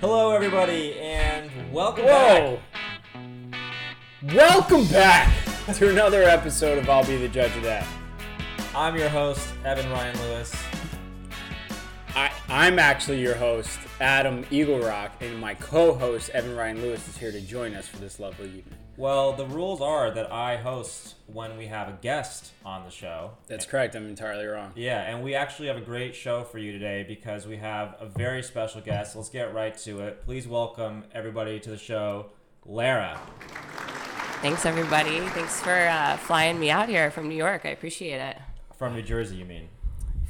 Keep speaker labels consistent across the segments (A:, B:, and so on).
A: Hello, everybody, and welcome
B: Whoa!
A: back.
B: Welcome back to another episode of I'll Be the Judge of That.
A: I'm your host, Evan Ryan Lewis.
B: I, I'm actually your host, Adam Eagle Rock, and my co host, Evan Ryan Lewis, is here to join us for this lovely evening.
A: Well, the rules are that I host when we have a guest on the show.
B: That's correct, I'm entirely wrong.
A: Yeah, and we actually have a great show for you today because we have a very special guest. Let's get right to it. Please welcome everybody to the show, Lara.
C: Thanks, everybody. Thanks for uh, flying me out here from New York. I appreciate it.
A: From New Jersey, you mean?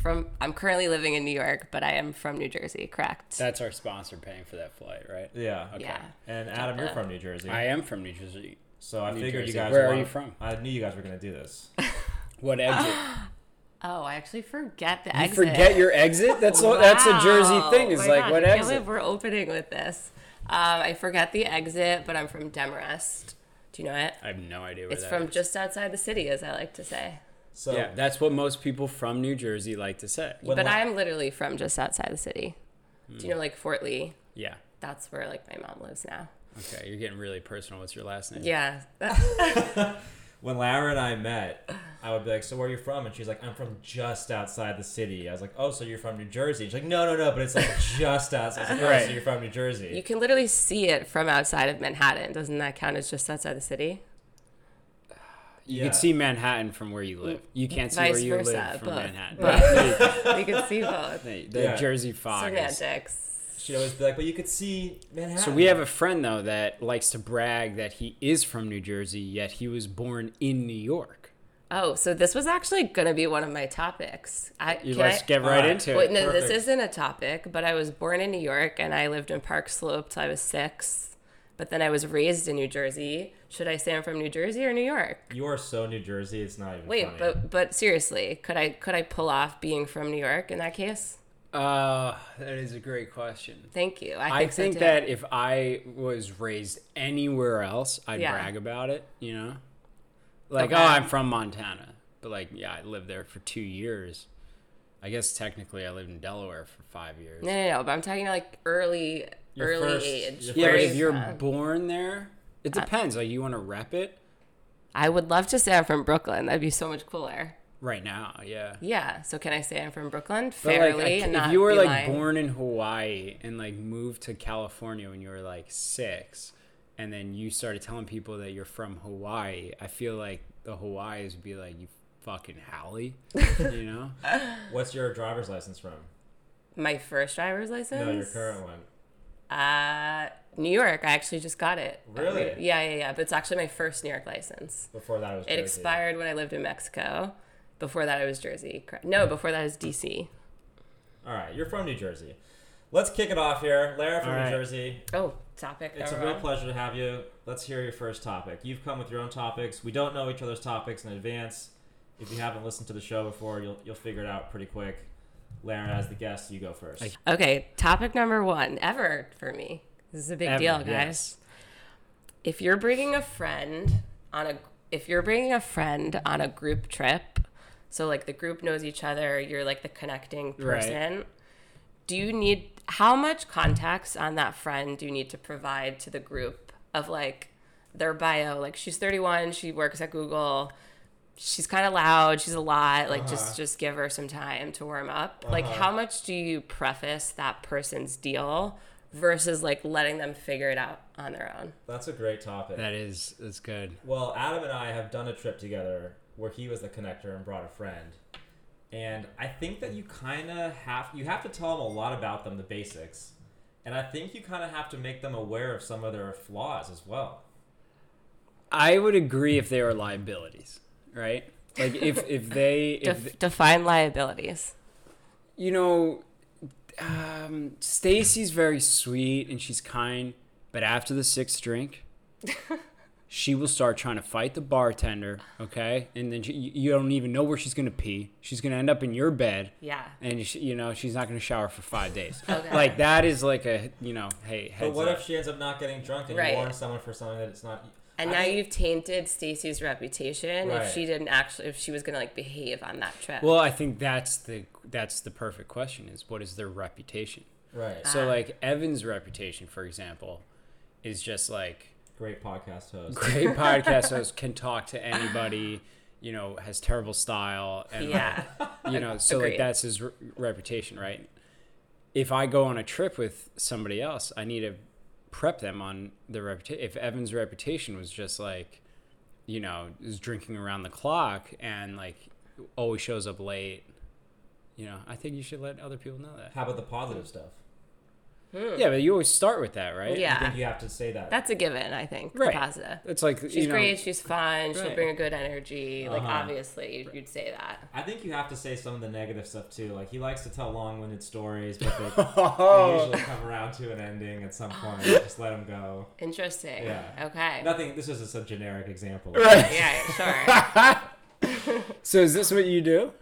C: From I'm currently living in New York, but I am from New Jersey. Correct.
B: That's our sponsor paying for that flight, right?
A: Yeah.
C: Yeah.
A: And Adam, you're from New Jersey.
B: I am from New Jersey.
A: so I
B: New
A: figured
B: Jersey.
A: you guys
B: Where are
A: want-
B: you from?
A: I knew you guys were going to do this.
B: What exit?
C: Oh, I actually forget the
B: You
C: exit.
B: forget your exit? That's a, that's a Jersey
C: Wow.
B: thing. Is
C: My
B: like
C: God,
B: what
C: I can't
B: exit?
C: believe we're opening with this. Um, I forget the exit, but I'm from Demarest. Do you know it?
B: I have no idea where
C: It's
B: that
C: from
B: is.
C: just outside the city, as I like to say.
A: So,
B: Yeah, that's what most people from New Jersey like to say.
A: when
C: But
A: la-
C: I'm literally from just outside the city.
B: Hmm.
C: Do you know like Fort Lee?
B: Yeah.
C: That's where like my mom lives now.
B: Okay, you're getting really personal. What's your last name?
C: Yeah.
A: when Lara and I met, I would be like, "So where are you from?" And she's like, "I'm from just outside the city." I was like, "Oh, so you're from New Jersey?" She's like, "No, no, no, but it's like just outside." I was like, oh,
B: Right.
A: So you're from New Jersey?
C: You can literally see it from outside of Manhattan. Doesn't that count as just outside the city?
B: You can see Manhattan from where you live. You can't see where
C: Vice
B: you live
C: versa,
B: from
C: both.
B: Manhattan.
C: You can see both.
B: Hey, the
A: Yeah.
B: Jersey fog. is-
C: Semantics.
A: She'd always be like, "But you could see Manhattan."
B: So we have a friend though that likes to brag that he is from New Jersey, yet he was born in New York.
C: Oh, so this was actually going to be one of my topics. I,
B: You
C: can
B: let's
C: I-
B: get right
A: Alright.
B: into
C: Wait,
B: it.
C: no,
A: Perfect.
C: this isn't a topic, but I was born in New York and I lived in Park Slope till I was six. But then I was raised in New Jersey. Should I say I'm from New Jersey or New York?
A: You are so New Jersey. It's not even.
C: Wait,
A: funny.
C: but but seriously, could I could I pull off being from New York in that case?
B: Uh, that is a great question.
C: Thank you. I
B: I
C: think, so
B: think
C: too.
B: that if I was raised anywhere else, I'd
C: Yeah.
B: brag about it. You know, like
C: Okay.
B: oh, I'm from Montana, but like yeah, I lived there for two years. I guess technically I lived in Delaware for five years.
C: No, no, no. But I'm talking like early,
A: Your
C: early
A: first-
C: age.
A: your
B: Yeah, but
A: Very
B: if you're
C: sad.
B: born there, it
C: Uh,
B: depends. Like, you want to rep it
C: I would love to say I'm from Brooklyn. That'd be so much cooler.
B: right now. Yeah.
C: Yeah. So can I say I'm from Brooklyn
B: But
C: fairly
B: like, I ca-
C: and not
B: if you were
C: be
B: like
C: lying?
B: born in Hawaii and like moved to California when you were like six, and then you started telling people that you're from Hawaii, I feel like the Hawaiians would be like, "You fucking Hallie," you know?
A: what's your driver's license from?
C: My first driver's license.
A: No, your current one.
C: Uh, New York. I actually just got it.
A: Really?
C: Uh, yeah, yeah, yeah. But it's actually my first New York license.
A: Before that, it was.
C: It
A: Jersey.
C: expired when I lived in Mexico. Before that, I was Jersey. Correct. No, before that, I was DC.
A: All right, you're from New Jersey. Let's kick it off here, Lara from
B: All
A: New
B: right.
A: Jersey.
C: Oh, topic.
A: It's a
C: number
A: real
C: one.
A: pleasure to have you. Let's hear your first topic. You've come with your own topics. We don't know each other's topics in advance. If you haven't listened to the show before, you'll you'll figure it out pretty quick. Lara, as the guest, you go first.
B: Thank
C: Okay, topic number one ever for me. This is a big
B: Ever,
C: deal, guys.
B: yes.
C: If you're bringing a friend on a if you're bringing a friend on a group trip, so like the group knows each other, you're like the connecting
B: Right.
C: person. Do you need how much context on that friend do you need to provide to the group of like their bio? Like she's 31, she works at Google. She's kind of loud. She's a lot. Like just just give her some time to warm up. Like how much do you preface that person's deal versus like letting them figure it out on their own?
A: That's a great topic.
B: That is that's good.
A: Well, Adam and I have done a trip together where he was the connector and brought a friend. And I think that you kind of have you have to tell them a lot about them, the basics. And I think you kind of have to make them aware of some of their flaws as well.
B: I would agree if they were liabilities, right? Like if if they if
C: Def- define liabilities.
B: you know, um, Stacy's very sweet and she's kind, but after the sixth drink, she will start trying to fight the bartender. Okay, and then she, you you don't even know where she's gonna pee. She's gonna end up in your bed,
C: Yeah.
B: and she, you know she's not gonna shower for five days.
C: Okay.
B: Like that is like a you know, hey, heads
A: But what
B: up.
A: if she ends up not getting drunk and
C: Right.
A: you warn someone for something that it's not?
C: And
A: I
C: now
A: think-
C: you've tainted Stacy's reputation
A: Right.
C: if she didn't actually if she was gonna like behave on that trip.
B: Well, I think that's the that's the perfect question is what is their reputation?
A: Right.
B: So
C: Ah.
B: like Evan's reputation, for example, is just like
A: Great podcast host.
B: great podcast host, can talk to anybody, you know, has terrible style, and like,
C: yeah.
B: you know, so like
C: Agreed.
B: that's his re- reputation, right? If I go on a trip with somebody else, I need to prep them on their reputation. If Evan's reputation was just like, you know, is drinking around the clock and like always shows up late, you know, I think you should let other people know that.
A: How about the positive stuff?
B: Yeah, but you always start with that,
A: I
B: right?
A: think
C: Yeah.
A: you have to say that.
C: That's a given, I think.
B: Right.
C: The positive.
B: It's like
C: She's
B: you know,
C: great. She's fun. She'll
B: Right.
C: bring a good energy. Like,
A: Uh-huh.
C: obviously, you'd, you'd say that.
A: I think you have to say some of the negative stuff too. Like he likes to tell long-winded stories, but they, they
B: Oh,
A: usually come around to an ending at some point. Just let him go.
C: Interesting.
A: Yeah.
C: Okay.
A: Nothing. This is just a generic example.
B: Right.
C: Yeah, sure.
B: so is this what you do?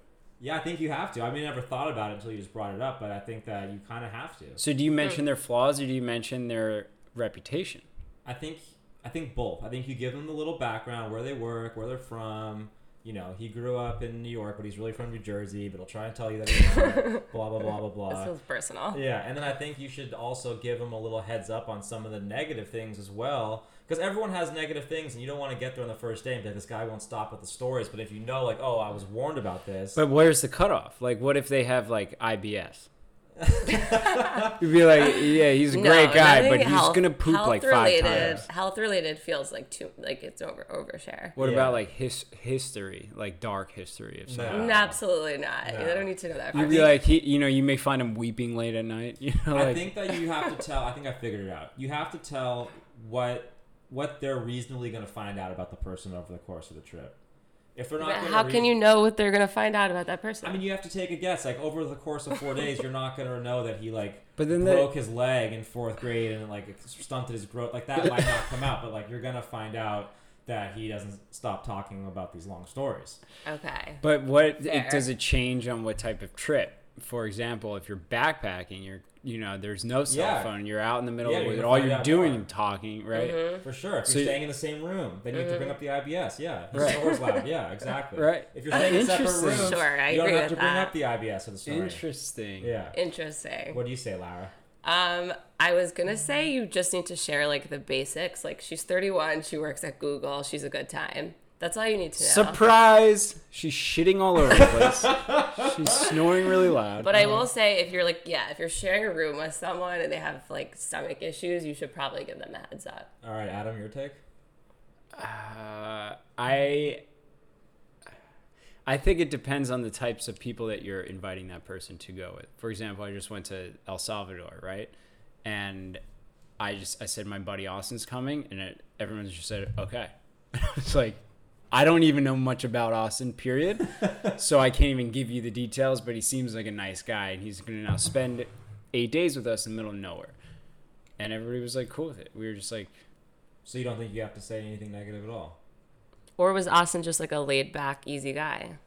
A: Yeah, I think you have to. I mean, I never thought about it until you just brought it up, but I think that you kind of have to.
B: So do you mention their flaws or do you mention their reputation?
A: I think I think both. I think you give them the little background, where they work, where they're from. You know, he grew up in New York, but he's really from New Jersey. But he'll try and tell you that he's not. blah blah blah blah
C: this
A: blah.
C: feels personal.
A: Yeah, and then I think you should also give them a little heads up on some of the negative things as well, because everyone has negative things, and you don't want to get there on the first day and be like, "This guy won't stop with the stories." But if you know, like, "Oh, I was warned about this,"
B: But where's the cutoff? Like, what if they have like IBS? You'd be like, yeah, he's a great guy,
C: nothing
B: but he's
C: health-
B: gonna poop like five
C: health-related-
B: times.
C: Health related feels like too like it's over overshare.
B: What
A: Yeah.
B: about like his history, like dark history of something?
A: No.
C: No, absolutely not.
A: No.
C: I don't need to know that.
B: You'd
C: First.
B: be like, he, you know, you may find him weeping late at night. You know,
A: I
B: like
A: think that you have to tell. I think I figured it out. You have to tell what what they're reasonably going to find out about the person over the course of the trip. If they're not,
C: But
A: gonna
C: how can
A: reas-
C: you know what they're gonna find out about that person?
A: I mean, you have to take a guess. Like over the course of four days, you're not going to know that he like
B: But then the-
A: broke his leg in fourth grade and like stunted his growth. Like that might not come out, but like you're going to find out that he doesn't stop talking about these long stories.
C: okay.
B: But what
C: Fair.
B: it, does it change on what type of trip? For example, if you're backpacking, you're you know there's no cell
A: Yeah.
B: phone. You're out in the middle
A: Yeah,
B: of
A: you're
B: it.
A: gonna
B: All
A: find
B: you're
A: out
B: doing
A: more.
B: is talking, right?
A: For sure. If
B: So
A: you're
B: you-
A: staying in the same room, then you have to
C: Mm-hmm.
A: bring up the IBS. Yeah. The
B: Right.
A: store's loud. Yeah, exactly.
B: Right.
A: If you're
B: Uh,
A: staying in separate
B: interesting.
A: rooms,
C: Sure, I
A: you don't
C: agree
A: have to
C: with
A: bring
C: that.
A: up the IBS of the story.
B: Interesting.
A: Yeah.
C: Interesting.
A: What do you say, Lara?
C: Um, I was gonna say you just need to share like the basics. Like she's 31, she works at Google, she's a good time. That's all you need to know.
B: Surprise! She's shitting all over the place. She's snoring really loud.
C: but I will say if you're like yeah, if you're sharing a room with someone and they have like stomach issues, you should probably give them a heads up.
A: All right, Adam, your take.
B: uh, I I think it depends on the types of people that you're inviting that person to go with. For example, I just went to El Salvador, right? And I just I said my buddy Austin's coming, and it, everyone just said okay. it's like I don't even know much about Austin, period. so I can't even give you the details. But he seems like a nice guy, and he's going to now spend eight days with us in the middle of nowhere. And everybody was like cool with it. We were just like,
A: So you don't think you have to say anything negative at all?
C: Or was Austin just like a laid back, easy guy?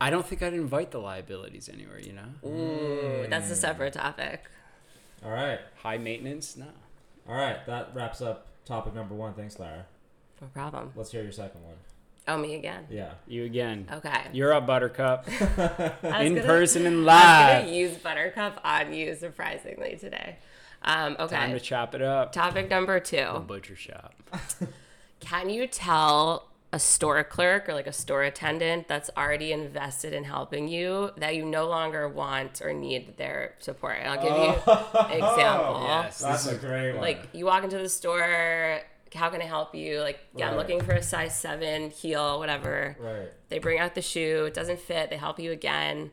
B: I don't think I'd invite the liabilities anywhere, you know?
C: Ooh, that's a separate topic.
A: All right,
B: High maintenance? No.
A: all right. That wraps up topic number one. Thanks, Lara.
C: No problem.
A: Let's hear your second one.
C: Oh, me again.
A: Yeah.
B: You again.
C: Okay.
B: You're up, Buttercup.
C: I was
B: In
C: gonna-
B: person and
C: I was
B: live.
C: gonna use Buttercup on you surprisingly today. Um, okay.
B: Time to chop it up.
C: Topic number
B: The
C: two.
B: butcher shop.
C: Can you tell a store clerk or like a store attendant that's already invested in helping you that you no longer want or need their support? And I'll give you an example.
B: Oh. Yes.
A: That's
B: this
A: a
B: is-
A: great one.
C: Like you walk into the store, how can I help you? Like, yeah, I'm
A: Right.
C: looking for a size seven heel, whatever.
A: right.
C: They bring out the shoe, it doesn't fit, they help you again.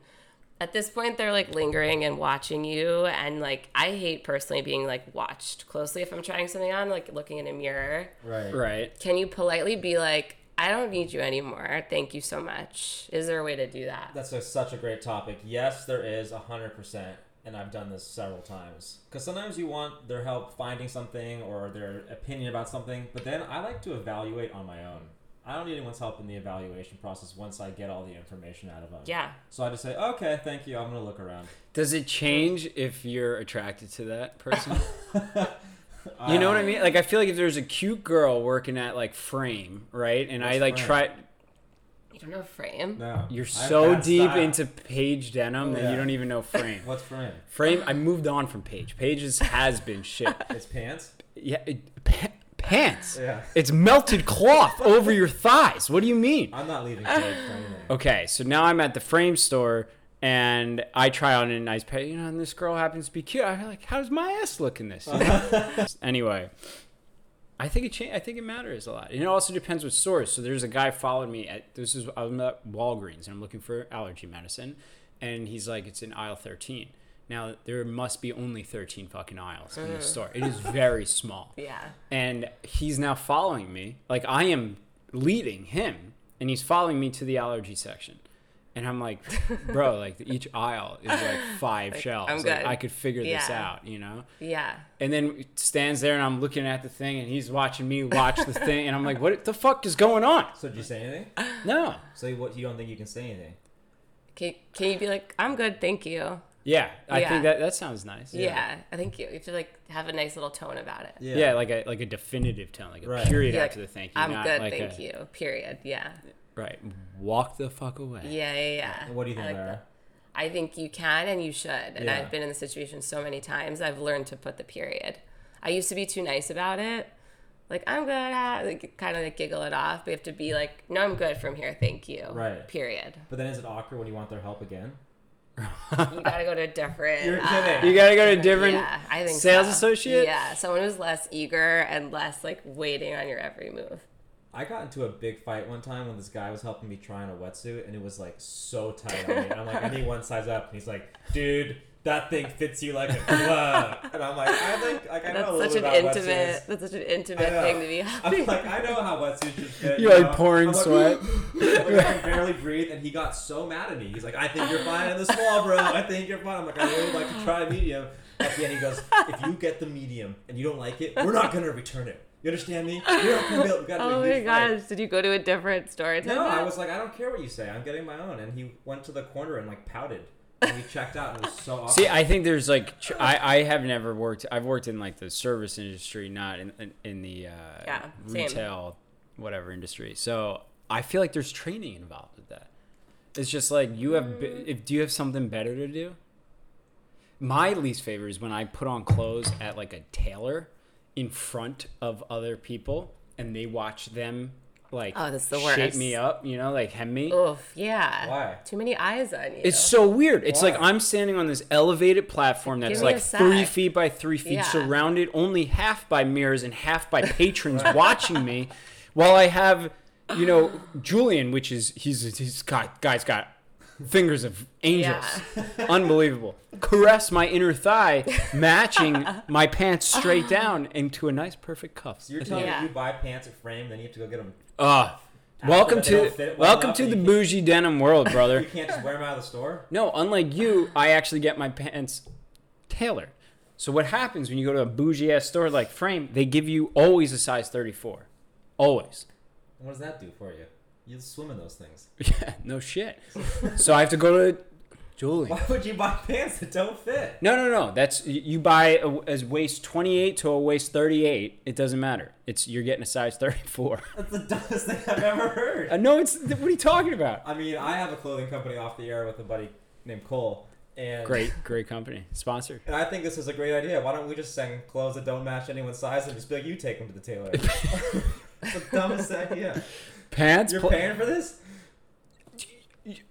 C: At this point, they're like lingering and watching you. And like, I hate personally being like watched closely if I'm trying something on, like looking in a mirror.
A: Right.
B: right.
C: Can you politely be like, I don't need you anymore. Thank you so much. Is there a way to do that?
A: That's a, such a great topic. Yes, there is a hundred percent, and I've done this several times. Because sometimes you want their help finding something or their opinion about something, but then I like to evaluate on my own. I don't need anyone's help in the evaluation process once I get all the information out of them.
C: Yeah.
A: So I just say, okay, thank you. I'm gonna look around.
B: Does it change if you're attracted to that person? you know what I mean? Like I feel like if there's a cute girl working at like Frame, right? And I
A: What's
B: like
A: Frame?
B: try
C: You don't know frame.
A: No.
B: You're
A: I'm
B: so
A: that
B: deep
A: style.
B: into Paige Denham that
A: Yeah.
B: you don't even know Frame.
A: What's frame?
B: Frame, I moved on from Paige. Paige is, has been shit.
A: It's pants.
B: Yeah, it, pa- pants.
A: Yeah.
B: It's melted cloth over your thighs. What do you mean?
A: I'm not leaving Paige for anything.
B: Okay, so now I'm at the frame store and I try on a nice pair, you know, and this girl happens to be cute. I'm like, how does my ass look in this? anyway, I think it cha- I think it matters a lot. And it also depends what stores. So there's a guy followed me at this is I'm at Walgreens and I'm looking for allergy medicine, and he's like, it's in aisle 13. Now there must be only 13 fucking aisles in this store. It is very small
C: Yeah.
B: and he's now following me. Like I am leading him, and he's following me to the allergy section. And I'm like, bro, like each aisle is like five shelves.
C: I'm
B: Like,
C: good.
B: I could figure this
C: Yeah.
B: out, you know.
C: Yeah.
B: And then stands there, and I'm looking at the thing, and he's watching me watch the thing, and I'm like, what the fuck is going on?
A: So did you say anything?
B: No.
A: So you, what, you don't think you can say anything?
C: Can, can you be like, I'm good, thank you.
B: Yeah, I
C: Yeah.
B: think that that sounds nice.
C: Yeah. I think you, you have to like have a nice little tone about it.
B: Yeah, like a like a definitive tone, like a
A: Right.
B: period
C: Be like,
B: after the thank you.
C: I'm
B: not
C: good,
B: like
C: thank
B: a-
C: you. Period. Yeah.
B: Right. Walk the fuck away.
C: Yeah, yeah, yeah.
A: And What do you think,
C: I like
A: Lara?
C: that. I think you can and you should. And
A: Yeah.
C: I've been in the situation so many times. I've learned to put the period. I used to be too nice about it. Like I'm good, ah, like kind of like giggle it off. But you have to be like, no, I'm good from here, thank you.
A: Right.
C: Period.
A: But then is it awkward when you want their help again?
C: You gotta go to a different.
A: You're
C: uh,
A: kidding.
B: You gotta go to different
C: yeah, I think
B: sales
C: so.
B: associate.
C: Yeah, someone who's less eager and less like waiting on your every move.
A: I got into a big fight one time when this guy was helping me try on a wetsuit and it was like so tight on me. And I'm like, I need one size up. And he's like, dude, that thing fits you like a glove. And I'm like, I think, like, I
C: That's
A: know a
C: such
A: little
C: an
A: about
C: intimate.
A: wetsuits.
C: That's such an
A: I
C: intimate
A: know.
C: thing to be having.
A: I'm like, I know how wetsuits should fit.
B: You're
A: you
B: like
A: know?
B: pouring
A: I'm like,
B: sweat.
A: like, I can barely breathe, and he got so mad at me. He's like, I think you're fine in the small, bro. I think you're fine. I'm like, I really would like to try a medium. At the end, he goes, If you get the medium and you don't like it, we're not gonna return it. You understand me? We're not gonna be able. We gotta do
C: oh
A: a
C: my
A: huge fight."
C: gosh, did you go to a different store?
A: No, I was like, I don't care what you say. I'm getting my own. And he went to the corner and like pouted. And we checked out, and it was so awkward.
B: See, I think there's like tr- I, I have never worked. I've worked in like the service industry, not in in, in the uh,
C: Yeah, same.
B: retail whatever industry. So I feel like there's training involved with that. It's just like you have. b
C: Mm-hmm.
B: If do you have something better to do? My least favorite is when I put on clothes at like a tailor in front of other people, and they watch them like
C: Oh, that's the
B: shape
C: worst.
B: me up. You know, like hem me.
C: Oof, yeah.
A: Why?
C: Too many eyes on you.
B: It's so weird. It's like
A: Why?
B: I'm standing on this elevated platform that's
C: Give me
B: like
C: a sec.
B: three feet by three feet,
C: Yeah.
B: surrounded only half by mirrors and half by patrons watching me, while I have, you know, Julian, which is he's he's got guy's got fingers of angels, unbelievable. Caress my inner thigh, matching my pants straight down into a nice perfect cuff.
A: So you're telling
C: Yeah.
A: me you buy pants at Frame, then you have to go get them.
B: Ah, welcome
A: they don't
B: to
A: fit well
B: welcome
A: enough
B: to
A: that
B: the
A: you can-
B: bougie denim world, brother.
A: You can't just wear them out of the store.
B: No, unlike you, I actually get my pants tailored. So what happens when you go to a bougie ass store like Frame? They give you always a size 34, always.
A: What does that do for you? You swim in those things.
B: Yeah, no shit. So I have to go to Julie.
A: Why would you buy pants that don't fit?
B: No, no, no. That's you you buy a, as waist 28 to a waist 38. It doesn't matter. It's you're getting a size 34.
A: That's the dumbest thing I've ever heard.
B: Uh, no, it's what are you talking about?
A: I mean, I have a clothing company off the air with a buddy named Cole, and
B: Great, great company sponsor.
A: And I think this is a great idea. Why don't we just send clothes that don't match anyone's size and just be like, you take them to the tailor? it's the dumbest idea.
B: Pants.
A: You're
B: pla-
A: paying for this?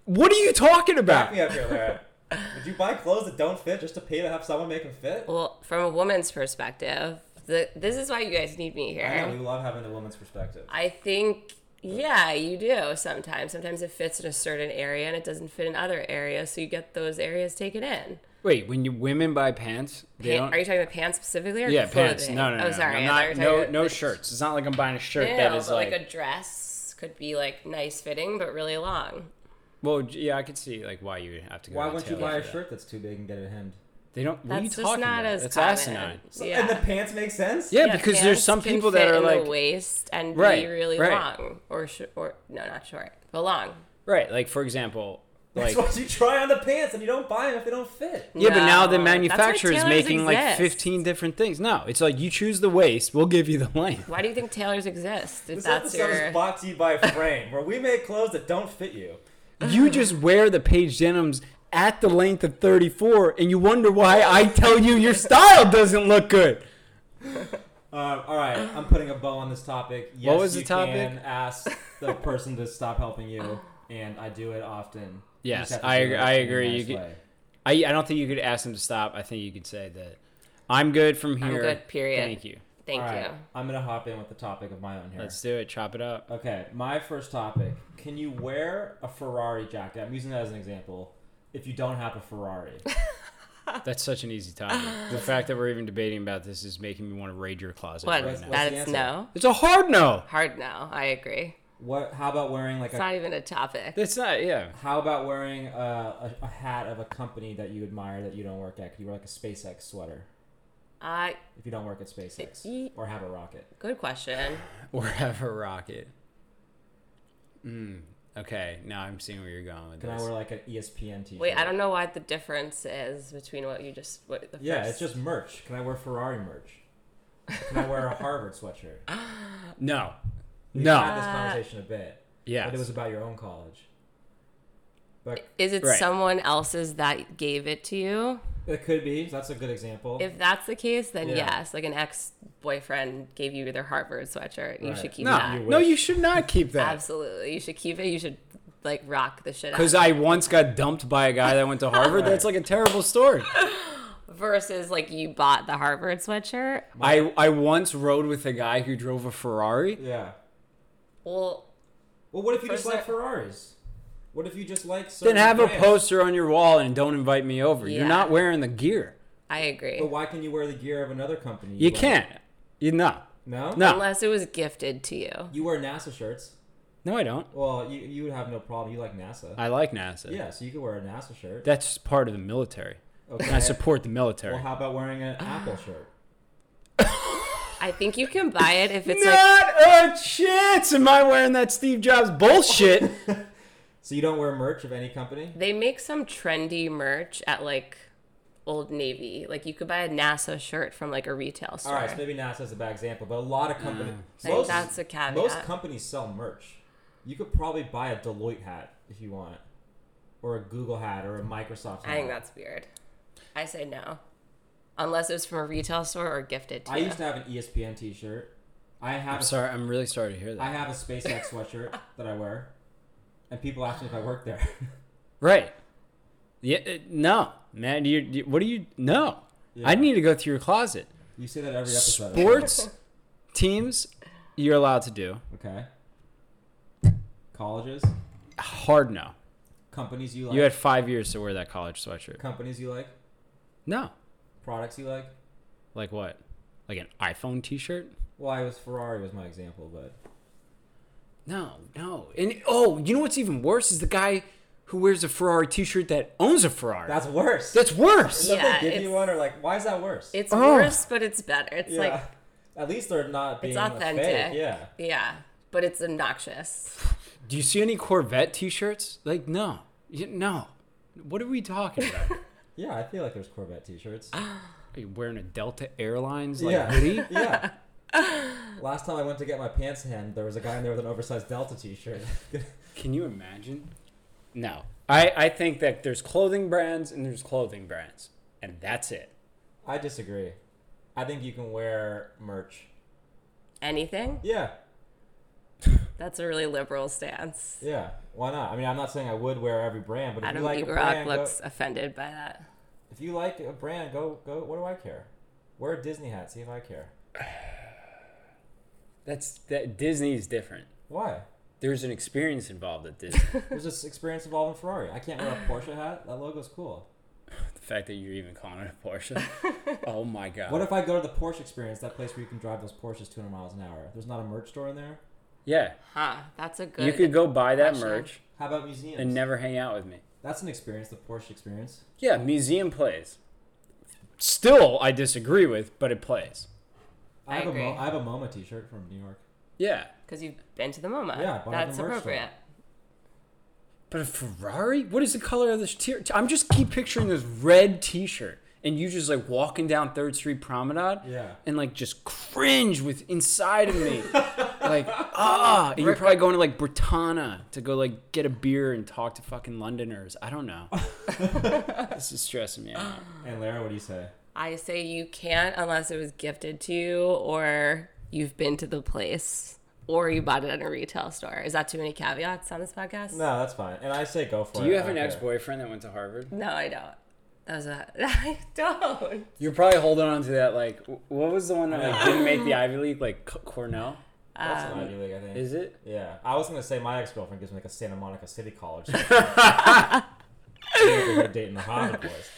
B: what are you talking
A: Back
B: about?
A: me up here, Lara. Would you buy clothes that don't fit just to pay to have someone make them fit?
C: well, from a woman's perspective, the, this is why you guys need me
A: I know we
C: here.
A: love having the woman's perspective.
C: I think, yeah, you do sometimes. Sometimes it fits in a certain area and it doesn't fit in other areas, so you get those areas taken in.
B: Wait, when you women buy pants, they
C: Pa-
B: don't.
C: are you talking about pants specifically or
B: Yeah,
C: clothing?
B: pants. No, no, no.
C: Oh, sorry.
B: I'm
C: I thought
B: not,
C: you were talking
B: no,
C: about,
B: no
C: like,
B: shirts. It's not like I'm buying a shirt
C: No,
B: that is
C: but
B: like,
C: like, a dress could be like nice fitting but really long.
B: well, j- yeah, I could see like why you would have to go.
A: Why
B: to
A: wouldn't you
B: tailor
A: buy a
B: for that.
A: shirt that's too big and get it hemmed?
B: They don't. What are you
C: That's
B: talking
C: just not
B: about?
C: as
B: That's
C: common.
B: asinine.
C: Yeah.
A: And the pants make sense?
B: Yeah,
C: Yeah,
B: because there's
C: pants
B: some
C: can
B: people that
C: fit
B: are
C: in
B: like
C: the waist and
B: Right,
C: be really
B: right.
C: long or sh- or no, not short, but long.
B: right. Like for example,
A: That's
B: Like,
A: why you try on the pants and you don't buy them if they don't fit.
B: yeah, but now the
C: No, that's why
B: manufacturer is
C: tailors
B: making like
C: exist.
B: 15 different things. No, it's like you choose the waist, we'll give you the length.
C: Why do you think tailors exist? If
A: This
C: that's
A: episode
C: your
A: is brought to you by Frame, where we make clothes that don't fit you.
B: You just wear the page denims at the length of 34 and you wonder why I tell you your style doesn't look good.
A: Um, all right, I'm putting a bow on this topic. Yes,
B: was the
A: you
B: topic?
A: Can ask the person to stop helping you, and I do it often. You
B: Yes,
A: just have to
B: I
A: do
B: ag-
A: it
B: I
A: in a
B: agree. You
A: nice
B: get-
A: way.
B: I, I don't think you could ask them to stop. I think you could say that I'm good from here.
C: good, period.
B: Thank you.
C: thank
A: All right,
C: you.
A: I'm gonna hop in with the topic of my own here.
B: Let's do it. Chop it up.
A: Okay, my first topic: Can you wear a Ferrari jacket? I'm using that as an example. If you don't have a Ferrari,
B: That's such an easy topic. The fact that we're even debating about this is making me want to raid your closet
C: What?
B: right
A: What's-
B: now.
A: what's
C: that
A: the
C: it's
A: answer?
C: no.
B: It's a hard no.
C: Hard no. I agree.
A: what? How about wearing like
C: It's
A: a?
C: not even a topic.
B: That's not. Yeah.
A: How about wearing a, a, a hat of a company that you admire that you don't work at? Could you wear like a SpaceX sweater
C: I
A: if you don't work at SpaceX
C: Ye-
A: or have a rocket?
C: Uh, good question.
B: Or have a rocket. Mm. Okay. Now I'm seeing where you're going with
A: Can I
B: this.
A: wear like E an ESPN t-shirt?
C: Wait, I don't know what the difference is between what you just what the
A: Yeah,
C: first.
A: it's just merch. Can I wear Ferrari merch? Can I wear a Harvard sweatshirt?
B: no.
A: We've
B: No.
A: had this
C: Uh,
A: conversation a bit,
B: Yeah.
A: but it was about your own college. But
C: is it
B: Right.
C: someone else's that gave it to you?
A: it could be. That's a good example.
C: If that's the case, then
A: Yeah.
C: yes, like an ex boyfriend gave you their Harvard sweatshirt. You
A: Right.
C: should keep
B: No.
C: that.
A: You
B: No,
A: wish.
B: you should not keep that.
C: Absolutely, you should keep it. You should like rock the shit out.
B: Because I once got dumped by a guy that went to Harvard. That's like a terrible story.
C: Versus like you bought the Harvard sweatshirt.
B: I, I once rode with a guy who drove a Ferrari.
A: yeah.
C: Well,
A: Well, what if you
C: First
A: just like
C: I-
A: Ferraris? What if you just like
B: Then
A: certain
B: have a
A: brands?
B: poster on your wall and don't invite me over. You're
C: Yeah.
B: not wearing the gear.
C: I agree.
A: But why can you wear the gear of another company?
B: You
A: like?
B: can't. You no.
A: No.
B: No.
C: Unless it was gifted to you.
A: You wear NASA shirts.
B: no, I don't.
A: Well, you you would have no problem. You like NASA.
B: I like NASA.
A: yeah, so you could wear a NASA shirt.
B: That's part of the military.
A: Okay.
B: And I support Ah. the military.
A: well, how about wearing an Apple shirt?
C: I think you can buy it if it's like
B: not a chance am I wearing that Steve Jobs bullshit.
A: So you don't wear merch of any company?
C: they make some trendy merch at like Old Navy. Like you could buy a NASA shirt from like a retail
A: All
C: store.
A: right, so maybe NASA's a bad example, but a lot of
B: Ah.
A: companies,
C: Like, that's a caveat.
A: Most companies sell merch. You could probably buy a Deloitte hat if you want, or a Google hat, or a Microsoft. Hat.
C: I think that's weird. I say no. Unless it was from a retail store or gifted to
A: I
C: you.
A: used to have an E ESPN T-shirt. I have.
B: I'm
A: a-
B: sorry, I'm really sorry to hear
A: I
B: that.
A: have a SpaceX sweatshirt that I wear, and people ask me if I work there.
B: Right. Yeah, uh, no. Man, you, you what do you no.
A: Yeah.
B: I need to go through your closet.
A: you say that every episode. I think.
B: Sports teams you're allowed to do.
A: Okay. Colleges,
B: Hard no.
A: companies you like,
B: You had 5 years to wear that college sweatshirt.
A: companies you like,
B: No.
A: products you like.
B: Like what? Like an iPhone T-shirt?
A: Well, I was Ferrari was my example, but
B: No, no. And oh, you know what's even worse is the guy who wears a Ferrari T-shirt that owns a Ferrari. That's,
A: that's worse.
B: worse.
A: Don't
C: Yeah,
A: they give you
C: it's-
A: one or like why is that worse?
C: It's
B: Ugh.
C: worse, but it's better. It's
A: yeah.
C: like
A: at least they're not being
C: it's
A: a
C: authentic.
A: Fake. Yeah.
C: Yeah. But it's obnoxious.
B: Do you see any Corvette T-shirts? Like no, You- no. What are we talking about?
A: Yeah, I feel like there's Corvette t-shirts.
B: are you wearing a Delta Airlines like
A: yeah.
B: hoodie?
A: yeah. Last time I went to get my pants hemmed, there was a guy in there with an oversized Delta t-shirt.
B: Can you imagine? No. I, I think that there's clothing brands and there's clothing brands, and that's it.
A: I disagree. I think you can wear merch.
C: Anything?
A: Yeah.
C: That's a really liberal stance.
A: Yeah. Why not? I mean, I'm not saying I would wear every brand, but if
C: Adam
A: you like a
C: Eagle
A: brand, go-
C: looks offended by that.
A: if you like a brand, go go. What do I care? Wear a Disney hat. See if I care.
B: That's that Disney is different.
A: Why?
B: There's an experience involved at Disney.
A: There's this experience involving Ferrari. I can't wear a Porsche hat. That logo's cool.
B: the fact that you're even calling it a Porsche. oh my god.
A: What if I go to the Porsche Experience, that place where you can drive those Porsches 200 miles an hour? There's not a merch store in there.
B: yeah.
C: Huh. That's a good
B: You could go buy that
C: question.
B: merch
A: How about museums?
B: and never hang out with me.
A: That's an experience, the Porsche Experience.
B: Yeah, museum plays. Still, I disagree with, but it plays.
A: I,
C: I
A: have a
C: agree.
A: Mo- I have a MoMA T-shirt from New York.
B: Yeah.
C: Because you've been to the MoMA.
A: Yeah, I bought it at
C: That's
A: the merch store.
C: appropriate.
B: But a Ferrari? What is the color of this t I'm just keep picturing this red T-shirt, and you just like walking down Third Street Promenade,
A: Yeah.
B: and like just cringe with inside of me, like ah. And you're probably going to like Britannia to go like get a beer and talk to fucking Londoners. I don't know. this is stressing me out.
A: And Lara, what do you say?
C: I say you can't unless it was gifted to you or you've been to the place or you bought it at a retail store. Is that too many caveats on this podcast?
A: No, that's fine. And I say go for it.
B: Do you
A: I
B: have an
A: don't care.
B: ex-boyfriend that went to Harvard?
C: No, I don't. That was a. I don't.
B: You're probably holding on to that. Like, w- what was the one that like, didn't make the Ivy League? Like C- Cornell?
A: That's an Ivy League, I think.
B: Um, Is it?
A: Yeah, I was gonna say my ex girlfriend gives me like a Santa Monica City College. We're dating the Harvard boys.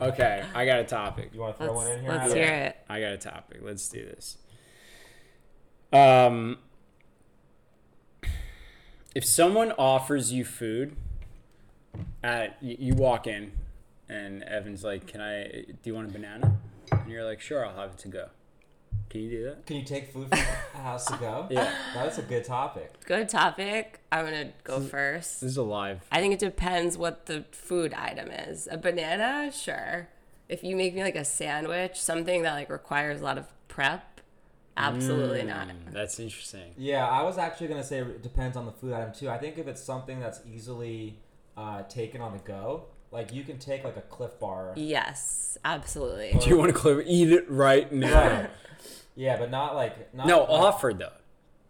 B: Okay, I got a topic.
A: You want to throw
C: Let's,
A: one in here?
C: let's
A: Adam?
C: hear it.
B: I got a topic. Let's do this. Um, if someone offers you food, at you, you walk in, and Evan's like, "Can I? Do you want a banana?" And you're like, "Sure, I'll have it to go." Can you do that?
A: Can you take food from the house to go?
B: Yeah.
A: That's a good topic.
C: Good topic. I'm going to go first.
B: This is alive.
C: I think it depends what the food item is. A banana, sure. If you make me like a sandwich, something that like requires a lot of prep, absolutely not.
B: That's interesting.
A: Yeah, I was actually gonna say it depends on the food item too. I think if it's something that's easily uh, taken on the go, like you can take like a Cliff Bar.
B: E-
C: Yes, absolutely.
B: Do you want to clear? Eat it right now.
A: Right. yeah, but not like not,
B: No, offered though.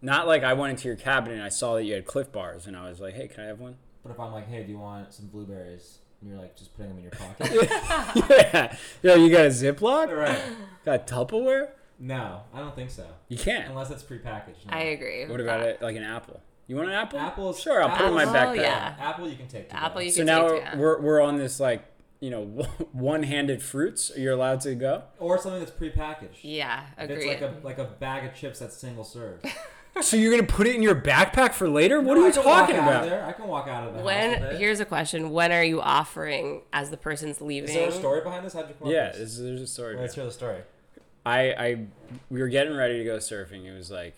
B: Not like I went into your cabinet and I saw that you had Cliff Bars and I was like, "Hey, can I have one?"
A: But if I'm like, hey, do you want some blueberries? And you're like just putting them in your pocket.
B: yeah. Yo, you got a Ziploc?
A: right.
B: Got Tupperware?
A: No, I don't think so.
B: You can't.
A: Unless it's prepackaged. no.
C: I agree.
B: What about it? Like an apple? You want an apple?
A: Apples.
B: Sure, I'll put it in my
A: apples-
B: backpack.
C: Oh, yeah.
A: Apple you can take. to
C: Apple
A: go.
C: you
B: So
C: can
B: now
C: take down.
B: we're we're on this like you know one-handed fruits. Are you allowed to go?
A: or something that's prepackaged.
C: Yeah,
A: If
C: agree.
A: It's like a like a bag of chips that's single serve.
B: So you're gonna put it in your backpack for later? What
A: I
B: are you
A: can walk
B: talking
A: out of
B: about?
A: there. I can walk out of the house with
C: when
A: it.
C: here's a question: When are you offering as the person's leaving?
A: Is there a story behind this? How'd you come up
B: Yeah,
A: with this?
B: this, there's a story.
A: Let's hear the story.
B: I, I we were getting ready to go surfing. It was like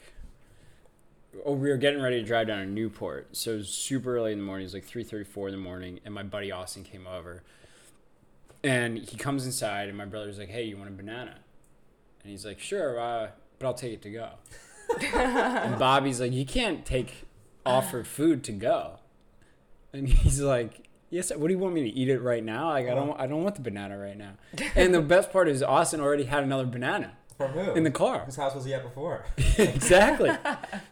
B: oh, we were getting ready to drive down to Newport. So it was super early in the morning. It was like 3:34 in the morning and my buddy Austin came over. And he comes inside and my brother's like, "Hey, you want a banana?" And he's like, "Sure, uh, but I'll take it to go." and Bobby's like, "You can't take offered food to go." And he's like, "Yes, what do you want me to eat it right now? Like, I don't, I don't want the banana right now." And the best part is Austin already had another banana
A: From who?
B: in the car.
A: Whose house was he at before?
B: exactly.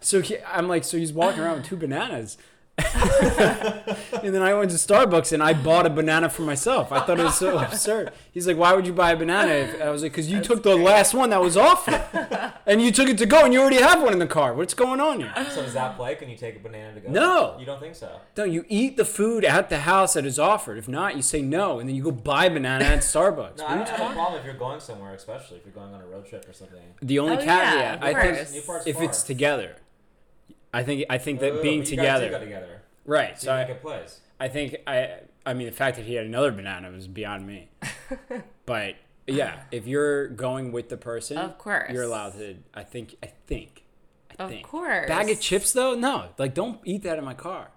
B: So he, I'm like, so he's walking around with two bananas. and then I went to Starbucks and I bought a banana for myself. I thought it was so absurd. He's like, why would you buy a banana? If, I was like, because you took the last one that was offered, and you took it to go, and you already have one in the car. What's going on here?
A: so does that play? Can you take a banana to go?
B: No.
A: You don't think so?
B: No, you eat the food at the house that is offered. If not, you say no, and then you go buy a banana at Starbucks.
A: No, I don't have a problem if you're going somewhere, especially if you're going on a road trip or something.
B: the only
C: Oh,
B: caveat,
C: yeah, of
B: I think,
C: course.
A: Newport's
B: if
A: far.
B: it's together, I think I think
A: Ooh,
B: that being
A: but Oh, you guys do go
B: together,
A: together.
B: right?
A: So
B: So
A: you
B: I,
A: think it plays.
B: I think I I mean the fact that he had another banana was beyond me. but yeah, if you're going with the person,
C: Of course.
B: you're allowed to. I think I think I
C: Of
B: think.
C: course.
B: Bag of chips though, no, like don't eat that in my car.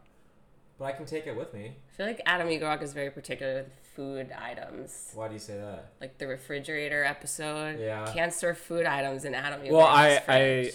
A: But I can take it with me.
C: I feel like Adam Eagerhawk is very particular with food items,
A: Why do you say that?
C: like the refrigerator episode.
A: Yeah.
C: Can't store food items in Adam Eagerhawk's
B: Well, I I,
C: fridge.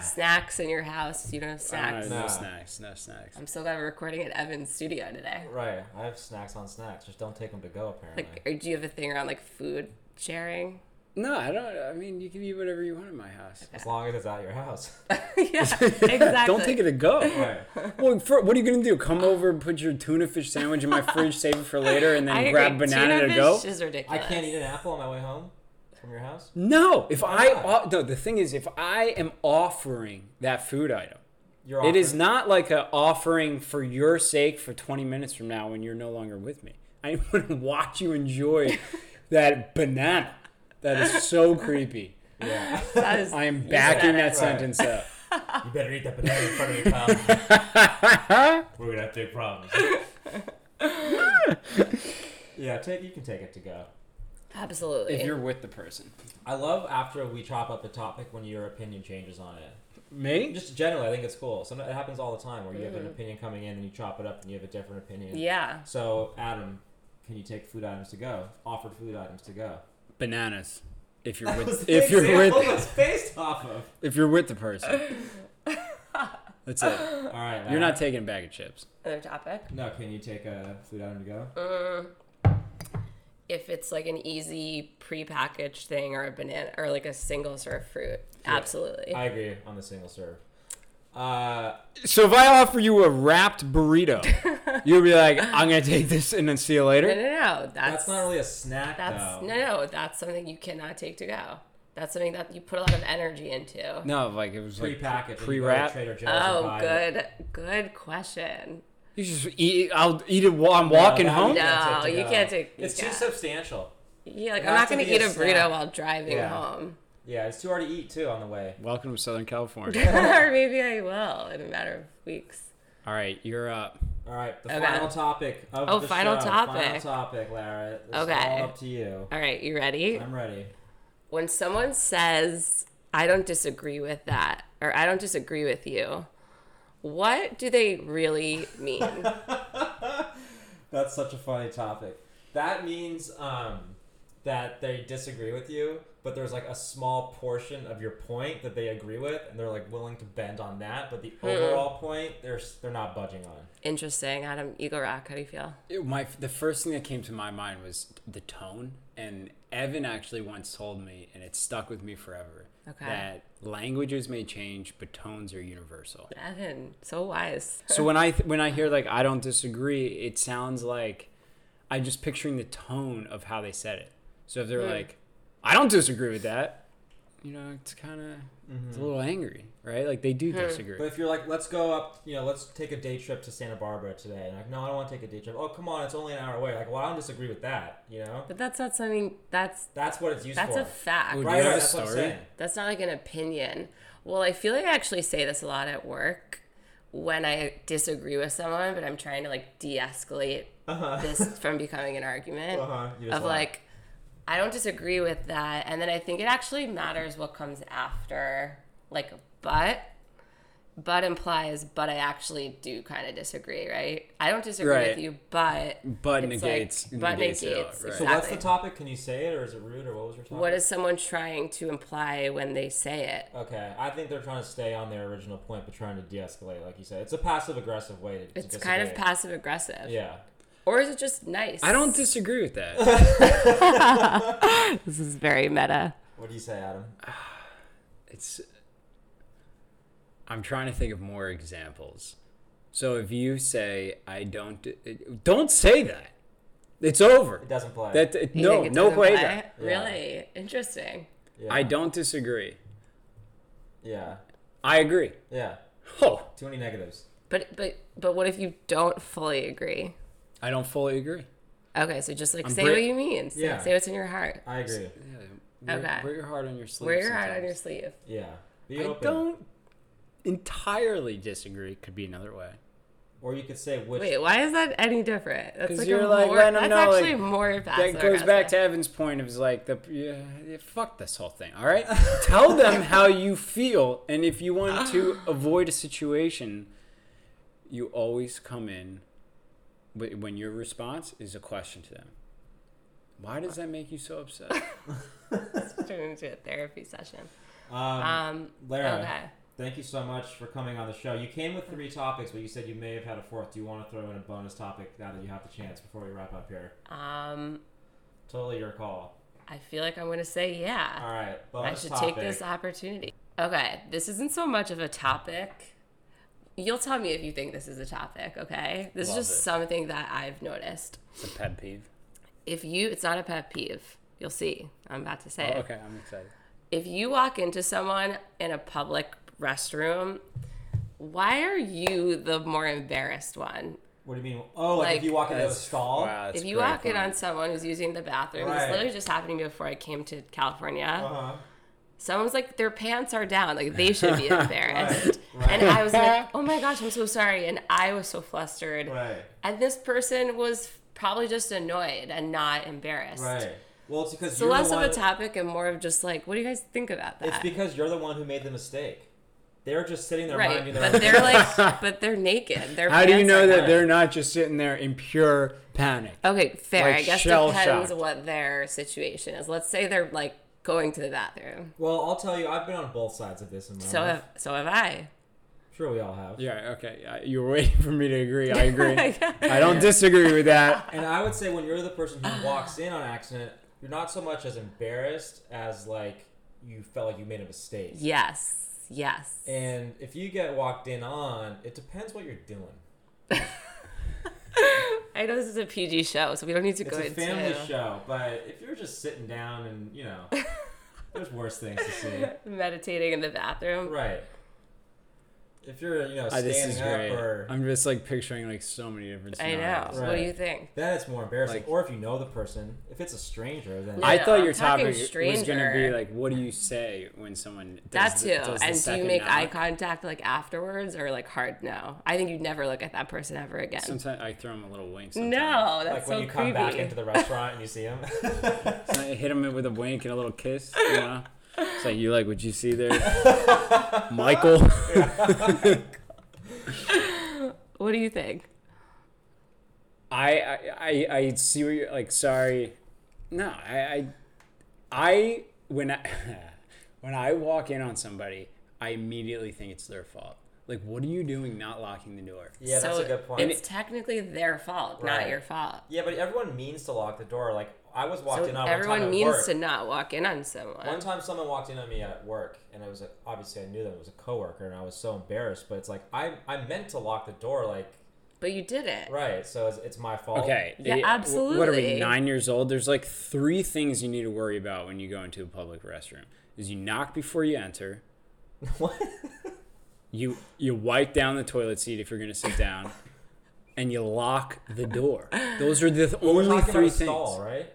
C: snacks in your house. You don't have snacks.
B: uh, no
A: Nah.
B: snacks, no snacks.
C: I'm so glad we're recording at Evan's studio today.
A: Right. I have snacks on snacks. Just don't take them to go. Apparently.
C: Like, or do you have a thing around like food sharing?
B: No, I don't. I mean, you can eat whatever you want in my house.
A: as long as it's at your house.
C: yeah, exactly.
B: Don't take it to go.
A: right.
B: Well, for, what are you gonna do? Come over, and put your tuna fish sandwich in my fridge, save it for later, and then
C: I
B: grab
C: agree.
B: banana
C: Tuna
B: to go.
C: fish Is
A: I
C: ridiculous.
A: can't eat an apple on my way home from your house.
B: No, if
A: Why
B: I
A: not?
B: uh, no, the thing is, if I am offering that food item,
A: You're
B: it is
A: offering-
B: not like an offering for your sake for 20 minutes from now when you're no longer with me. I want to watch you enjoy that banana. That is so creepy.
A: Yeah.
C: That is-
B: I am
C: you
B: backing
C: said it.
B: that sentence up.
A: you better eat that banana in front of me, pal. We're gonna have big problems. yeah, take you can take it to go.
C: Absolutely.
B: If you're with the person,
A: I love after we chop up the topic when your opinion changes on it.
B: Me?
A: Just generally, I think it's cool. So it happens all the time where you have an opinion coming in and you chop it up and you have a different opinion.
C: Mm. Yeah.
A: So Adam, can you take food items to go? Offered food items to go.
B: Bananas. If you're
A: That was
B: with
A: the
B: if you're
A: example
B: with
A: it's based off of.
B: if you're with the person. That's it.
A: All right.
B: You're not
A: Adam.
B: taking a bag of chips.
C: Another topic.
A: No, can you take a food item to go?
C: Mm. If it's like an easy prepackaged thing or a banana or like a single serve fruit, absolutely.
A: I agree on the single serve. Uh,
B: So if I offer you a wrapped burrito, you'll be like, I'm gonna take this and then see you
C: no,
B: later.
C: no, no. That's
A: that's not really a snack
C: that's
A: though.
C: no, no. That's something you cannot take to go. That's something that you put a lot of energy into.
B: No, like it was like
A: Pre-packaged.
B: pre wrap.
A: Trader Joe's. and
C: Oh,
A: buy it.
C: good, good question.
B: You just eat. I'll eat it while I'm walking
A: No, that
B: home.
A: you can't
C: No,
A: take to
C: you
A: go.
C: can't take-
A: It's
C: yeah.
A: too substantial.
C: Yeah, like
A: It
C: I'm
A: has
C: not
A: to
C: gonna
A: be
C: eat a
A: a
C: burrito
A: snack.
C: while driving
A: Yeah.
C: home,
A: Yeah, it's too hard to eat too on the way.
B: Welcome to Southern California.
C: or maybe I will in a matter of weeks.
B: All right, you're up.
A: All right, the
C: Okay.
A: final topic of
C: Oh,
A: the
C: final
A: show. Final
C: topic.
A: topic, Lara. It's
C: Okay.
A: all up to you.
C: All right, you ready?
A: I'm ready.
C: when someone says, I don't disagree with that, or I don't disagree with you, what do they really mean?
A: That's such a funny topic. That means um, that they disagree with you, but there's like a small portion of your point that they agree with, and they're like willing to bend on that. But the
C: Hmm.
A: overall point, they're s- they're not budging on.
C: Interesting. Adam Eagle Rock, how do you feel?
B: It- my the first thing that came to my mind was the tone, and Evan actually once told me, and it stuck with me forever.
C: Okay.
B: That languages may change, but tones are universal.
C: Evan, so wise.
B: so when I th- when I hear like I don't disagree, it sounds like I'm just picturing the tone of how they said it. So if they're like, I don't disagree with that, you know, it's kind of it's a little angry, right? Like they do disagree.
A: But if you're like, let's go up, you know, let's take a day trip to Santa Barbara today. And like, no, I don't want to take a day trip. Oh, come on, it's only an hour away. Like, well, I don't disagree with that. You know,
C: But that's not something that's
A: that's what it's used
C: that's
A: for.
C: a fact.
B: Would
A: right,
B: you
A: right,
B: have a
A: that's what I'm
B: story?
A: saying.
C: That's not like an opinion. Well, I feel like I actually say this a lot at work when I disagree with someone, but I'm trying to like de-escalate
B: Uh-huh.
C: this from becoming an argument.
A: Uh-huh, you just
C: Of
A: laugh.
C: like, I don't disagree with that, and then I think it actually matters what comes after, like but. But implies, but I actually do kind of disagree, right? I don't disagree
B: Right.
C: with you, but
B: But
C: it's
B: negates,
C: like, but
B: negates, it all,
C: negates,
B: right.
A: So
C: exactly.
A: what's the topic? Can you say it, or is it rude, or what was your topic?
C: what is someone trying to imply when they say it?
A: Okay, I think they're trying to stay on their original point, but trying to de-escalate, like you said. It's a passive-aggressive way to. to
C: It's kind of
A: disagree.
C: passive aggressive.
A: Yeah.
C: Or is it just nice?
B: I don't disagree with that.
C: This is very meta.
A: What do you say, Adam?
B: it's I'm trying to think of more examples. So if you say I don't di- don't say that. It's over.
A: It doesn't play.
B: That it,
C: You
B: no,
C: think it
B: no
C: doesn't
B: way.
C: play?
B: that.
C: Really interesting.
A: yeah.
B: I don't disagree.
A: Yeah.
B: I agree.
A: Yeah.
B: Oh,
A: Too many negatives.
C: But but but what if you don't fully agree?
B: I don't fully agree.
C: Okay, so just like
B: I'm
C: say
B: Brit-
C: what you mean. Say,
A: Yeah.
C: say what's in your heart.
A: I agree.
B: Yeah, wear,
C: Okay.
B: wear your heart on your sleeve.
C: Wear your heart on
B: sometimes.
C: your sleeve.
A: Yeah. Be
B: I
A: open.
B: don't entirely disagree. Could be another way.
A: Or you could say which.
C: Wait, why is that any different? That's
B: 'Cause
C: like
B: you're
C: a
B: like,
C: more.
B: letting 'em
C: that's
B: know, like,
C: actually more passive.
B: that goes back to
C: aggressive.
B: Evan's point of like the yeah, yeah, fuck this whole thing. All right, tell them how you feel, and if you want to avoid a situation, you always come in wi- when your response is a question to them. Why does that make you so upset?
C: Turn into a therapy session.
A: Um,
C: Um.
A: Lara,
C: Okay.
A: thank you so much for coming on the show. You came with three topics, but you said you may have had a fourth. Do you want to throw in a bonus topic now that you have the chance before we wrap up here?
C: Um.
A: Totally your call.
C: I feel like I'm gonna say yeah.
A: All right.
C: Uh, I
A: Bonus
C: should
A: topic.
C: take this opportunity. Okay, this isn't so much of a topic. You'll tell me if you think this is a topic, okay? This
B: Love
C: is just
B: it.
C: something that I've noticed.
B: It's a pet peeve.
C: If you, it's not a pet peeve. You'll see. I'm about to say
B: Oh,
C: it.
B: okay, I'm excited.
C: If you walk into someone in a public restroom, why are you the more embarrassed one?
A: What do you mean? Oh, like,
C: Like-
A: if you walk into a
B: That's-
A: stall.
B: wow, that's
C: if you
B: great
C: walk in
B: point.
C: on someone who's using the bathroom,
A: Right.
C: this literally just happened to me before I came to California.
A: Uh-huh.
C: Someone's like, their pants are down. Like, they should be embarrassed.
A: Right,
C: And I was like, oh my gosh, I'm so sorry. And I was so flustered.
A: Right.
C: And this person was probably just annoyed and not embarrassed.
A: Right. Well, it's because
C: So
A: you're
C: less
A: the
C: of
A: one,
C: a topic and more of just like, what do you guys think about
A: It's
C: that?
A: because you're the one who made the mistake. They're just sitting there
C: right.
A: minding their
C: But
A: own
C: they're like, but they're naked. Their
B: How do you
C: pants
B: know
C: are
B: that
A: not-
B: they're not just sitting there in pure panic?
C: Okay, fair.
B: Like,
C: I guess depends
B: shell-shocked.
C: what their situation is. Let's say they're like going to the bathroom.
A: Well, I'll tell you, I've been on both sides of this in my
C: So
A: life.
C: have so have I.
A: sure, we all have.
B: Yeah, okay. I- You were waiting for me to agree. I agree.
C: Yeah.
B: I don't disagree with that.
A: And I would say when you're the person who walks in on accident, you're not so much as embarrassed as like you felt like you made a mistake.
C: Yes. Yes.
A: And if you get walked in on, it depends what you're doing.
C: I know this is a PG show, so we don't need to
A: It's
C: go
A: a
C: into
A: family show, but if you're just sitting down and you know, there's worse things to see.
C: meditating in the bathroom.
A: Right. If you're you know
B: Ah, this
A: standing
B: is
A: up
B: great.
A: or
B: I'm just like picturing like so many different
C: I know.
B: scenarios.
C: What
A: Right.
C: do you think?
A: then it's more embarrassing.
B: Like-
A: or if you know the person, if it's a stranger, then
C: No,
B: I thought your
C: I'm talking
B: topic was going to be
C: stranger.
B: like, what do you say when someone
C: That
B: does
C: too.
B: the- does the
C: and do you
B: second
C: make
B: knock?
C: eye contact like afterwards or like hard no? I think you'd never look at that person ever again.
B: Sometimes I throw him a little wink. Sometimes.
C: no, that's
A: like
C: so
A: when you
C: creepy.
A: come back into the restaurant and you see him.
B: I hit him with a wink and a little kiss. You know? It's like you like what you see there, Michael.
C: what do you think?
B: I, I I I see what you're like. Sorry, no. I I, I when I when I walk in on somebody, I immediately think it's their fault. Like, what are you doing not locking the door?
A: yeah, that's
C: so
A: a good point.
C: It's technically their fault, not
A: Right.
C: your fault.
A: Yeah, but everyone means to lock the door. Like I was walked
C: So
A: in on one
C: everyone
A: time
C: means
A: at work.
C: to not walk in on someone.
A: One time, someone walked in on me at work, and I was like, obviously I knew that it was a coworker, and I was so embarrassed. But it's like I I meant to lock the door, like
C: but you did it.
A: right. So it's, it's my fault.
B: Okay.
C: Yeah,
B: eh, wh- What are
C: absolutely.
B: we? Nine years old. There's like three things you need to worry about when you go into a public restroom: is you knock before you enter,
A: what?
B: you you wipe down the toilet seat if you're gonna sit down, and you lock the door. Those are the th-
A: We're
B: only
A: talking
B: three
A: about
B: things.
A: stall, right?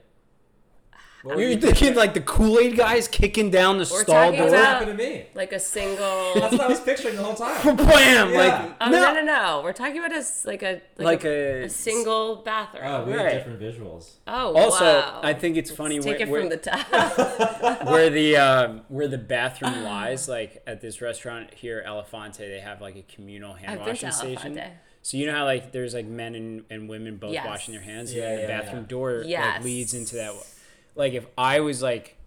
A: What were
B: You're
A: you-
B: thinking like the Kool Aid guys kicking down the
C: We're
B: stall
C: talking
B: door?
A: What
C: about-
A: happened to me?
C: Like a single.
A: That's what I was picturing the whole time.
B: Blam!
A: Yeah.
B: Like
C: Um,
B: no,
C: no. no, no, We're talking about a s- like a like,
B: like a.
C: a, a single bathroom.
A: Oh, we
B: Right.
A: have different visuals.
C: oh,
B: also,
C: wow.
B: I think it's funny
C: Take
B: where,
C: it
B: where,
C: from the top.
B: where the um, where the
C: Uh.
B: bathroom lies. Like at this restaurant here, Elefante, they have like a communal hand
C: I've been to
B: washing station.
C: Elefante.
B: So you know how like there's like men and, and women both
C: Yes.
B: washing their hands,
A: Yeah,
B: and then the
A: yeah,
B: bathroom
A: yeah.
B: door like,
C: Yes.
B: leads into that. wa- Like if I was like,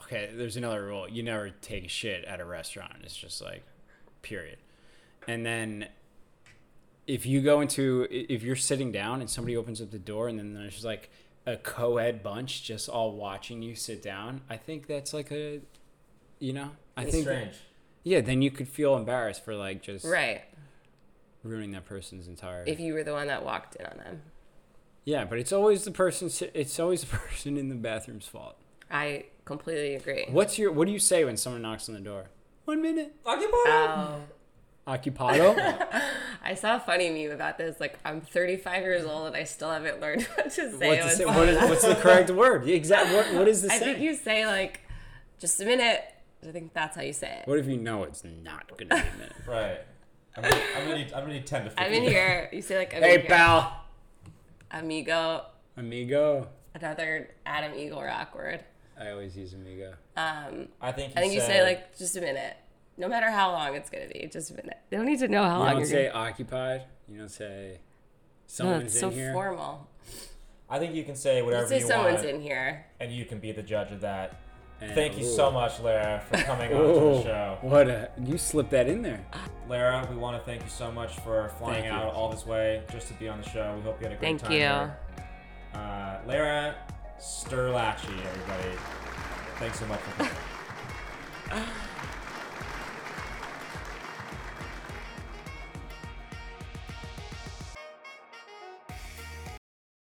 B: okay, there's another rule: you never take a shit at a restaurant. It's just like, period. And then if you go into i- if you're sitting down and somebody opens up the door and then there's like a co-ed bunch just all watching you sit down, I think that's like a, you know, I
A: It's
B: think
A: strange.
B: yeah, then you could feel embarrassed for like just
C: right.
B: ruining that person's entire.
C: If you were the one that walked in on them,
B: Yeah, but it's always the person. It's always the person in the bathroom's fault.
C: I completely agree.
B: What's your? What do you say when someone knocks on the door? One minute.
A: Occupado.
C: Oh,
B: Occupado.
C: I saw a funny meme about this. Like, I'm 35 years old and I still haven't learned what to say.
B: what to
C: when
B: say? What is, what's the correct word? Exactly. What, what is the
C: I
B: saying?
C: think you say like, just a minute. I think that's how you say it.
B: what if you know it's not gonna be a minute?
A: Right. I'm gonna, I'm gonna need I'm gonna need ten to fifteen.
C: I'm in here. You say like, I'm in
B: hey,
C: here.
B: pal.
C: amigo.
B: Amigo.
C: Another Adam Igor awkward.
B: I always use amigo.
C: Um,
A: I think you
C: I think
A: say,
C: you say like, just a minute. No matter how long it's gonna be, just a minute. They don't need to know how
B: You
C: long
B: don't
C: you're
B: say occupied. You don't say
C: gonna. No,
B: someone's
C: it's so
B: in here.
C: formal.
A: I think you can say
C: You
A: whatever
C: say
A: you
C: someone's
A: want,
C: in here.
A: and you can be the judge of that.
B: And-
A: Thank you
B: ooh.
A: so much, Lara, for coming on to
B: Oh,
A: the show.
B: what a you slipped that in there.
A: Lara, we want to thank you so much for flying
B: Thank you.
A: out all this way just to be on the show. We hope you had a great
C: Thank
A: time.
C: you.
A: here. Uh, Lara Sterlachi, everybody. Thanks so much for coming.